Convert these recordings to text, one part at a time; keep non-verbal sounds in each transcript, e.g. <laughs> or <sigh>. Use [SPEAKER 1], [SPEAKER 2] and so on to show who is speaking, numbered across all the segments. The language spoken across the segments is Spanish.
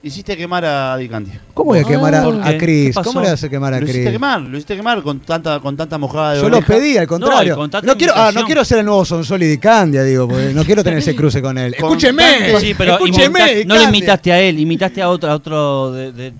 [SPEAKER 1] Hiciste quemar a Di Candy.
[SPEAKER 2] ¿Cómo voy a
[SPEAKER 3] Ah,
[SPEAKER 2] quemar a,
[SPEAKER 3] ¿por
[SPEAKER 2] a
[SPEAKER 3] qué? ¿Qué
[SPEAKER 2] Chris?
[SPEAKER 3] pasó?
[SPEAKER 2] ¿Cómo le vas a quemar a
[SPEAKER 1] Lo hiciste
[SPEAKER 2] Chris?
[SPEAKER 1] quemar, lo hiciste quemar con tanta, con tanta mojada de
[SPEAKER 2] Yo lo
[SPEAKER 1] oreja.
[SPEAKER 2] pedí, al contrario.
[SPEAKER 3] No, y
[SPEAKER 2] No,
[SPEAKER 3] con tanta
[SPEAKER 2] quiero, ah, no
[SPEAKER 3] imitación.
[SPEAKER 2] quiero ser el nuevo Sonsoli de Candia, digo, porque no quiero
[SPEAKER 3] <laughs>
[SPEAKER 2] tener ese cruce con él.
[SPEAKER 1] Con
[SPEAKER 2] ¡Escúcheme!
[SPEAKER 1] tanta-
[SPEAKER 3] Sí, pero
[SPEAKER 2] Pues, ¡Escúcheme!
[SPEAKER 3] imitaste- no lo
[SPEAKER 2] Candia!
[SPEAKER 3] imitaste a él, imitaste a otro, a otro de- de- de-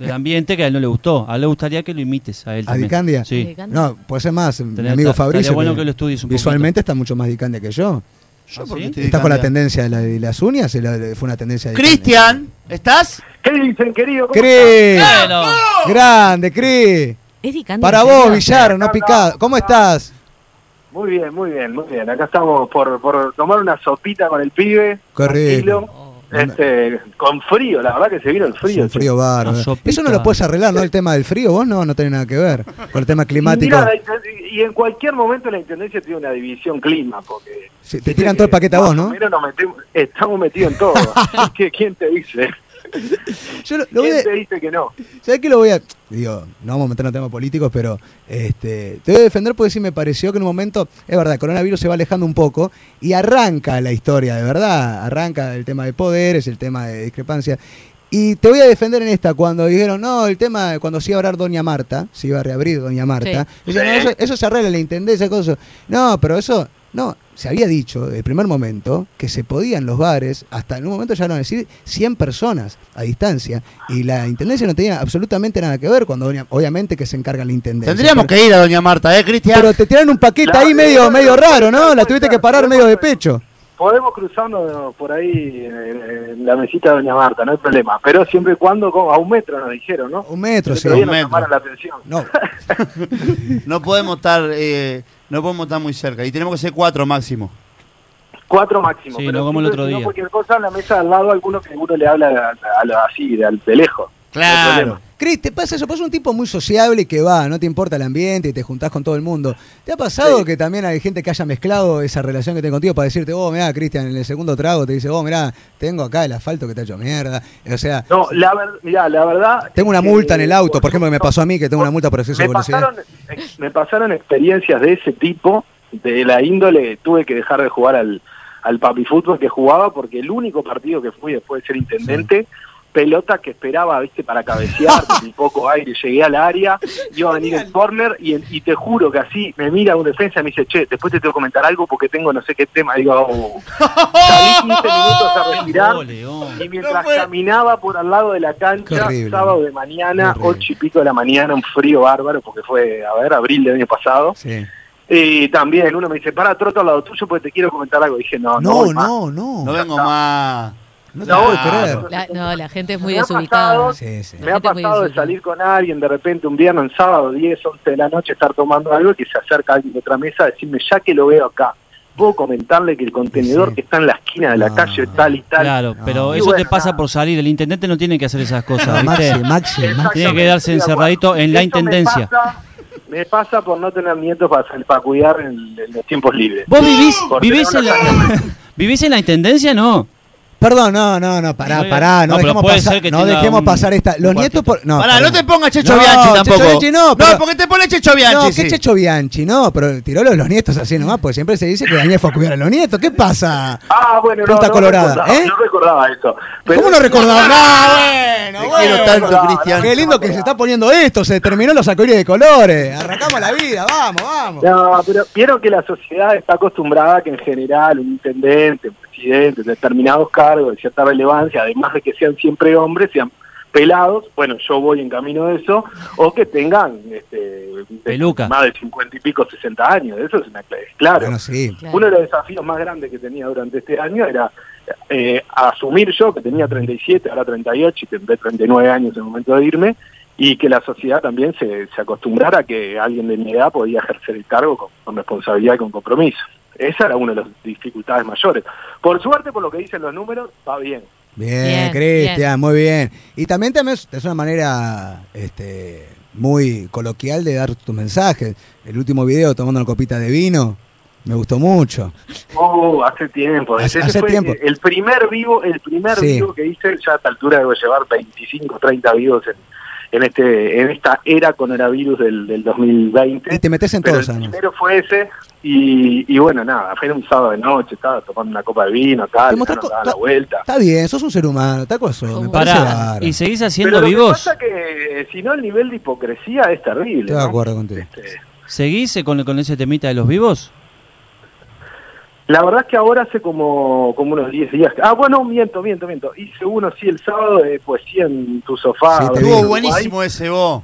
[SPEAKER 3] del ambiente que a él no le gustó. A él le gustaría que lo imites a él.
[SPEAKER 2] ¿A
[SPEAKER 3] también.
[SPEAKER 2] Dicandia?
[SPEAKER 3] Sí.
[SPEAKER 2] No, puede ser más. Mi
[SPEAKER 3] Tenés-
[SPEAKER 2] amigo
[SPEAKER 3] ta-
[SPEAKER 2] Fabricio.
[SPEAKER 3] estaría bueno
[SPEAKER 2] que
[SPEAKER 3] que lo estudies un
[SPEAKER 2] Visualmente está mucho más Dicandia que yo.
[SPEAKER 1] Yo
[SPEAKER 3] ¿Ah,
[SPEAKER 1] porque
[SPEAKER 3] sí?
[SPEAKER 1] estoy Di
[SPEAKER 2] Está con la
[SPEAKER 1] Candia.
[SPEAKER 2] tendencia de, la- de las uñas, y la- de- fue una tendencia de
[SPEAKER 1] Cristian, ¿estás?
[SPEAKER 4] ¿Qué dicen, querido? ¿Cómo
[SPEAKER 2] Cris,
[SPEAKER 3] Bueno,
[SPEAKER 2] grande, Cris.
[SPEAKER 5] Es Di Candia,
[SPEAKER 2] Para
[SPEAKER 5] ¿en
[SPEAKER 2] vos,
[SPEAKER 5] serio?
[SPEAKER 2] Villar, no picado. ¿Cómo estás?
[SPEAKER 4] están? Muy bien, muy bien, muy bien. Acá estamos por, por tomar una sopita con el pibe.
[SPEAKER 2] Qué
[SPEAKER 4] tranquilo,
[SPEAKER 2] rico.
[SPEAKER 4] Este, con frío, la verdad que se vino el
[SPEAKER 2] Es
[SPEAKER 4] frío.
[SPEAKER 2] un frío bárbaro. ¿eh?
[SPEAKER 3] Una sopita.
[SPEAKER 2] Eso no lo puedes arreglar, ¿no? El tema del frío, vos no, no tenés nada que ver con el tema
[SPEAKER 4] Y,
[SPEAKER 2] climático.
[SPEAKER 4] mirá, la- y en cualquier momento la Intendencia tiene una división clima, porque...
[SPEAKER 2] Sí, te tiran todo el paquete a vos, ¿no?
[SPEAKER 4] Primero nos metemos, estamos
[SPEAKER 2] <laughs>
[SPEAKER 4] metidos en todo. ¿Qué- ¿Quién te dice?
[SPEAKER 2] Yo lo, lo voy
[SPEAKER 4] ¿Quién
[SPEAKER 2] a,
[SPEAKER 4] te dice que no?
[SPEAKER 2] ¿Sabés qué lo voy a.? Digo, no vamos a meternos en temas políticos, pero este, te voy a defender porque sí me pareció que en un momento. Es verdad, el coronavirus se va alejando un poco y arranca la historia, de verdad. Arranca el tema de poderes, el tema de discrepancia. Y te voy a defender en esta, cuando dijeron, no, el tema, de cuando se iba a hablar Doña Marta, se iba a reabrir Doña Marta. dijeron, Pues
[SPEAKER 1] ¿Eh?
[SPEAKER 2] no, eso, eso se arregla, la intendencia, cosas. No, pero eso. No, se había dicho desde el primer momento que se podían los bares, hasta en un momento ya no decir 100 personas a distancia, y la intendencia no tenía absolutamente nada que ver cuando doña- obviamente que se encarga la intendencia.
[SPEAKER 1] Tendríamos
[SPEAKER 2] pero,
[SPEAKER 1] que ir a Doña Marta, ¿eh, Cristian?
[SPEAKER 2] Pero te tiraron un paquete
[SPEAKER 4] Claro,
[SPEAKER 2] ahí medio,
[SPEAKER 4] claro,
[SPEAKER 2] medio
[SPEAKER 4] claro,
[SPEAKER 2] raro, ¿no?
[SPEAKER 4] claro,
[SPEAKER 2] La tuviste que
[SPEAKER 4] claro,
[SPEAKER 2] parar
[SPEAKER 4] claro,
[SPEAKER 2] medio de
[SPEAKER 4] claro.
[SPEAKER 2] pecho.
[SPEAKER 4] Podemos cruzarnos por ahí en, en la mesita de Doña Marta, no hay problema. Pero siempre y cuando, como a un metro nos dijeron, ¿no?
[SPEAKER 2] Un metro, sí.
[SPEAKER 4] Todavía
[SPEAKER 1] un
[SPEAKER 4] nos
[SPEAKER 1] metro.
[SPEAKER 4] llamaron la atención. <laughs>
[SPEAKER 2] No,
[SPEAKER 1] No podemos estar, eh, no podemos estar muy cerca. Y tenemos que ser cuatro máximo.
[SPEAKER 4] Cuatro máximo.
[SPEAKER 3] Sí, no como el
[SPEAKER 4] si
[SPEAKER 3] otro
[SPEAKER 4] si
[SPEAKER 3] día.
[SPEAKER 4] cualquier cosa en la mesa de al lado, alguno que uno le habla a- a lo- así, de, al- de lejos. No hay problema.
[SPEAKER 2] Cris, te pasa eso, vos sos un tipo muy sociable que va, no te importa el ambiente y te juntás con todo el mundo. ¿Te ha pasado
[SPEAKER 4] Sí.
[SPEAKER 2] que también hay gente que haya mezclado esa relación que tengo contigo para decirte, oh, mirá, Cristian, en el segundo trago te dice, oh, mirá, tengo acá el asfalto que te ha hecho mierda? O sea,
[SPEAKER 4] No, la, ver- mirá, la verdad.
[SPEAKER 2] tengo una
[SPEAKER 4] eh,
[SPEAKER 2] multa en el auto, por ejemplo, que me pasó a mí que tengo una multa por exceso de
[SPEAKER 4] me
[SPEAKER 2] velocidad.
[SPEAKER 4] pasaron, ex- me pasaron experiencias de ese tipo, de la índole, tuve que dejar de jugar al, al papi fútbol que jugaba porque el único partido que fui después de ser intendente, pelota que esperaba, viste, para cabecear, con poco aire, llegué al área, iba a venir el corner y, el- y te juro que así me mira un defensa y me dice, che, después te tengo que comentar algo porque tengo no sé qué tema, digo, "Oh". salí 15 minutos a respirar.
[SPEAKER 3] Ole, hombre.
[SPEAKER 4] Y mientras caminaba por al lado de la
[SPEAKER 2] Qué
[SPEAKER 4] cancha,
[SPEAKER 2] horrible.
[SPEAKER 4] sábado de mañana,
[SPEAKER 2] Qué horrible.
[SPEAKER 4] ocho y pico de la mañana, un frío bárbaro, porque fue, a ver, abril del año pasado.
[SPEAKER 2] Sí.
[SPEAKER 4] Y también uno me dice, para, troto al lado tuyo porque te quiero comentar algo. Y dije, no, no,
[SPEAKER 2] No,
[SPEAKER 4] voy más.
[SPEAKER 2] no, no.
[SPEAKER 1] No
[SPEAKER 2] No,
[SPEAKER 1] vengo más.
[SPEAKER 2] te puedo
[SPEAKER 1] claro.
[SPEAKER 2] creer.
[SPEAKER 5] La- no, la gente es muy
[SPEAKER 4] Me ha
[SPEAKER 5] desubicada.
[SPEAKER 4] pasado-
[SPEAKER 2] Sí, sí.
[SPEAKER 4] Me ha
[SPEAKER 5] gente muy
[SPEAKER 4] pasado de
[SPEAKER 5] desubicada.
[SPEAKER 4] salir con alguien de repente un viernes, un sábado, 10, 11 de la noche, estar tomando algo y que se acerca alguien de otra mesa a decirme, ya que lo veo acá, puedo comentarle que el contenedor
[SPEAKER 2] Sí.
[SPEAKER 4] que está en la esquina de la
[SPEAKER 2] No.
[SPEAKER 4] calle tal y tal.
[SPEAKER 3] Claro,
[SPEAKER 2] No.
[SPEAKER 3] pero
[SPEAKER 4] Y
[SPEAKER 3] eso te
[SPEAKER 4] bueno,
[SPEAKER 3] pasa
[SPEAKER 4] nada.
[SPEAKER 3] por salir. El intendente no tiene que hacer esas cosas,
[SPEAKER 2] No,
[SPEAKER 3] ¿viste?
[SPEAKER 2] Maxi, Maxi, Maxi.
[SPEAKER 3] Tiene que quedarse
[SPEAKER 4] Exactamente,
[SPEAKER 3] encerradito en la
[SPEAKER 4] Eso me
[SPEAKER 3] intendencia.
[SPEAKER 4] pasa- Me pasa por no tener nietos para, para cuidar en, en los tiempos libres.
[SPEAKER 3] ¿Vos vivís,
[SPEAKER 4] Por
[SPEAKER 3] vivís,
[SPEAKER 4] tener
[SPEAKER 3] en la, <laughs> ¿Vivís en la intendencia? No.
[SPEAKER 2] Perdón, no, no, no, pará,
[SPEAKER 3] No,
[SPEAKER 2] pará, no,
[SPEAKER 3] pero
[SPEAKER 2] dejemos
[SPEAKER 3] puede ser
[SPEAKER 2] pasar,
[SPEAKER 3] que
[SPEAKER 2] no
[SPEAKER 3] tenga
[SPEAKER 2] dejemos
[SPEAKER 3] un-
[SPEAKER 2] pasar esta. Los
[SPEAKER 3] un
[SPEAKER 2] nietos por. No,
[SPEAKER 1] Pará,
[SPEAKER 2] perdón.
[SPEAKER 1] no te pongas Checho
[SPEAKER 2] No,
[SPEAKER 1] Bianchi tampoco.
[SPEAKER 2] Checho Bianchi no, pero-
[SPEAKER 1] porque te pones Checho Bianchi.
[SPEAKER 2] No, ¿qué
[SPEAKER 1] sí.
[SPEAKER 2] Checho Bianchi? No, pero tiró los, los nietos así nomás, porque siempre se dice que Daniel fue a cuidar a los nietos. ¿Qué pasa?
[SPEAKER 4] Ah, bueno, no,
[SPEAKER 2] Punta
[SPEAKER 4] no
[SPEAKER 2] colorada,
[SPEAKER 4] recordaba,
[SPEAKER 2] ¿eh?
[SPEAKER 4] no recordaba eso. Pero-
[SPEAKER 2] ¿Cómo no recordaba? Ah,
[SPEAKER 1] Te quiero tanto,
[SPEAKER 4] no,
[SPEAKER 1] Cristian.
[SPEAKER 2] Qué lindo que se está poniendo esto, se terminó los acuarios de colores. Arrancamos la vida, vamos, vamos.
[SPEAKER 4] No, pero vieron que la sociedad está acostumbrada a que en general un intendente, un presidente, determinados cargos de cierta relevancia, además de que sean siempre hombres, sean pelados, bueno, yo voy en camino de eso, o que tengan este,
[SPEAKER 3] Peluca.
[SPEAKER 4] más de 50 y pico, 60 años, eso es una cl- es claro.
[SPEAKER 2] Bueno, sí.
[SPEAKER 5] Claro.
[SPEAKER 4] Uno de los desafíos más grandes que tenía durante este año era eh, asumir yo, que tenía 37, ahora 38 y tendré 39 años en el momento de irme, y que la sociedad también se, se acostumbrara a que alguien de mi edad podía ejercer el cargo con, con responsabilidad y con compromiso. Esa era una de las dificultades mayores. Por suerte, por lo que dicen los números, va bien.
[SPEAKER 2] Bien,
[SPEAKER 5] Bien,
[SPEAKER 2] Cristian, muy bien. Y también, también es es una manera este, muy coloquial de dar tus mensajes. El último video tomando una copita de vino, me gustó mucho.
[SPEAKER 4] Oh, hace tiempo.
[SPEAKER 2] Hace-
[SPEAKER 4] Ese
[SPEAKER 2] hace
[SPEAKER 4] fue
[SPEAKER 2] tiempo.
[SPEAKER 4] El primer vivo, el primer
[SPEAKER 2] Sí.
[SPEAKER 4] vivo que hice, ya a esta altura debo llevar 25, 30 vivos en, en este en esta era coronavirus del, del 2020.
[SPEAKER 2] Y te metes Este en
[SPEAKER 4] Pero
[SPEAKER 2] todos,
[SPEAKER 4] el
[SPEAKER 2] además.
[SPEAKER 4] primero fue ese y, y bueno, nada, fue un sábado de noche, estaba tomando una copa de vino acá,
[SPEAKER 2] Te
[SPEAKER 4] le
[SPEAKER 2] mostrás co-
[SPEAKER 4] daba la vuelta.
[SPEAKER 2] Está bien, sos un ser humano, está cosa, me
[SPEAKER 5] ¿Cómo?
[SPEAKER 2] parece
[SPEAKER 3] Pará,
[SPEAKER 2] bárbaro.
[SPEAKER 3] ¿y seguís
[SPEAKER 4] Pero
[SPEAKER 3] haciendo
[SPEAKER 4] lo que
[SPEAKER 3] vivos?
[SPEAKER 4] pasa que eh, si no el nivel de hipocresía es terrible.
[SPEAKER 2] Estoy de
[SPEAKER 4] ¿no?
[SPEAKER 2] acuerdo contigo.
[SPEAKER 4] Este,
[SPEAKER 3] ¿Seguís eh, con, con ese temita de los vivos?
[SPEAKER 4] La verdad es que ahora hace como, como unos 10 días. que- Ah, bueno, miento, miento, miento. Hice uno, sí, el sábado de poesía en tu sofá.
[SPEAKER 2] Sí, te
[SPEAKER 4] en
[SPEAKER 2] vi.
[SPEAKER 4] Uruguay,
[SPEAKER 1] Estuvo buenísimo ese vos.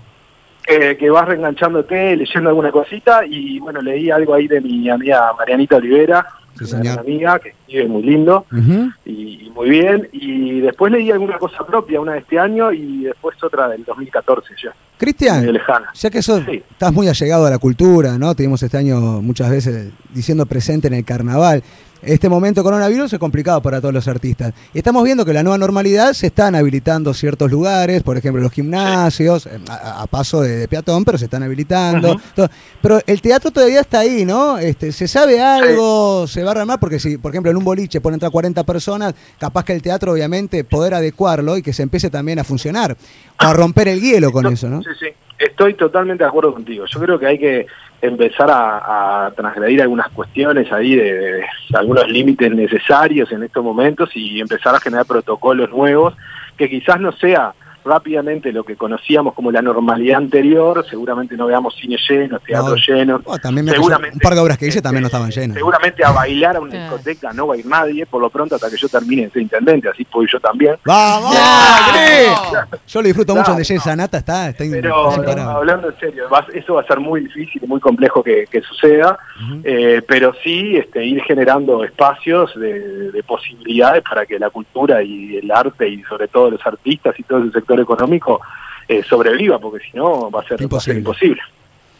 [SPEAKER 4] Que, que vas reenganchándote, leyendo alguna cosita. Y bueno, leí algo ahí de mi amiga Marianita Olivera,
[SPEAKER 2] Sí,
[SPEAKER 4] una gran
[SPEAKER 2] señor.
[SPEAKER 4] amiga que escribe muy lindo
[SPEAKER 2] Ujú.
[SPEAKER 4] y, y muy bien. Y después leí alguna cosa propia, una de este año y después otra del 2014 ya,
[SPEAKER 2] Cristian,
[SPEAKER 4] medio lejana.
[SPEAKER 2] ya que sos,
[SPEAKER 4] Sí.
[SPEAKER 2] estás muy allegado a la cultura, ¿no? Tuvimos este año muchas veces diciendo presente en el carnaval. Este momento coronavirus es complicado para todos los artistas. Y estamos viendo que la nueva normalidad se están habilitando ciertos lugares, por ejemplo los gimnasios, eh, a, a paso de, de peatón, pero se están habilitando. Todo. Pero el teatro todavía está ahí, ¿no? Este, ¿Se sabe algo? ¿Se va a armar? Porque si, por ejemplo, en un boliche pueden entrar 40 personas, capaz que el teatro obviamente poder adecuarlo y que se empiece también a funcionar. O a romper el hielo con
[SPEAKER 4] No,
[SPEAKER 2] eso, ¿no?
[SPEAKER 4] Sí, sí. Estoy totalmente de acuerdo contigo. Yo creo que hay que empezar a, a transgredir algunas cuestiones ahí de, de algunos límites necesarios en estos momentos y empezar a generar protocolos nuevos que quizás no sea rápidamente lo que conocíamos como la normalidad anterior. Seguramente no veamos cine lleno, teatro
[SPEAKER 2] No.
[SPEAKER 4] lleno.
[SPEAKER 2] Bueno, Ah, también me
[SPEAKER 4] Seguramente.
[SPEAKER 2] un par de obras que hice también no
[SPEAKER 4] Este,
[SPEAKER 2] estaban llenas.
[SPEAKER 4] Seguramente a bailar a una
[SPEAKER 5] Claro.
[SPEAKER 4] discoteca no va a ir nadie, por lo pronto hasta que yo termine de ser intendente, así puedo ir yo también.
[SPEAKER 2] ¡Vamos!
[SPEAKER 5] Ya.
[SPEAKER 2] Yo lo disfruto mucho
[SPEAKER 4] Claro,
[SPEAKER 2] de Jess Nata, está, está
[SPEAKER 4] Pero
[SPEAKER 2] imparable.
[SPEAKER 4] no, hablando en serio, va- eso va a ser muy difícil y muy complejo que, que suceda, eh, pero sí este, ir generando espacios de, de posibilidades para que la cultura y el arte y sobre todo los artistas y todo el sector económico eh, sobreviva, porque si no va a ser va a ser
[SPEAKER 2] Imposible.
[SPEAKER 4] imposible.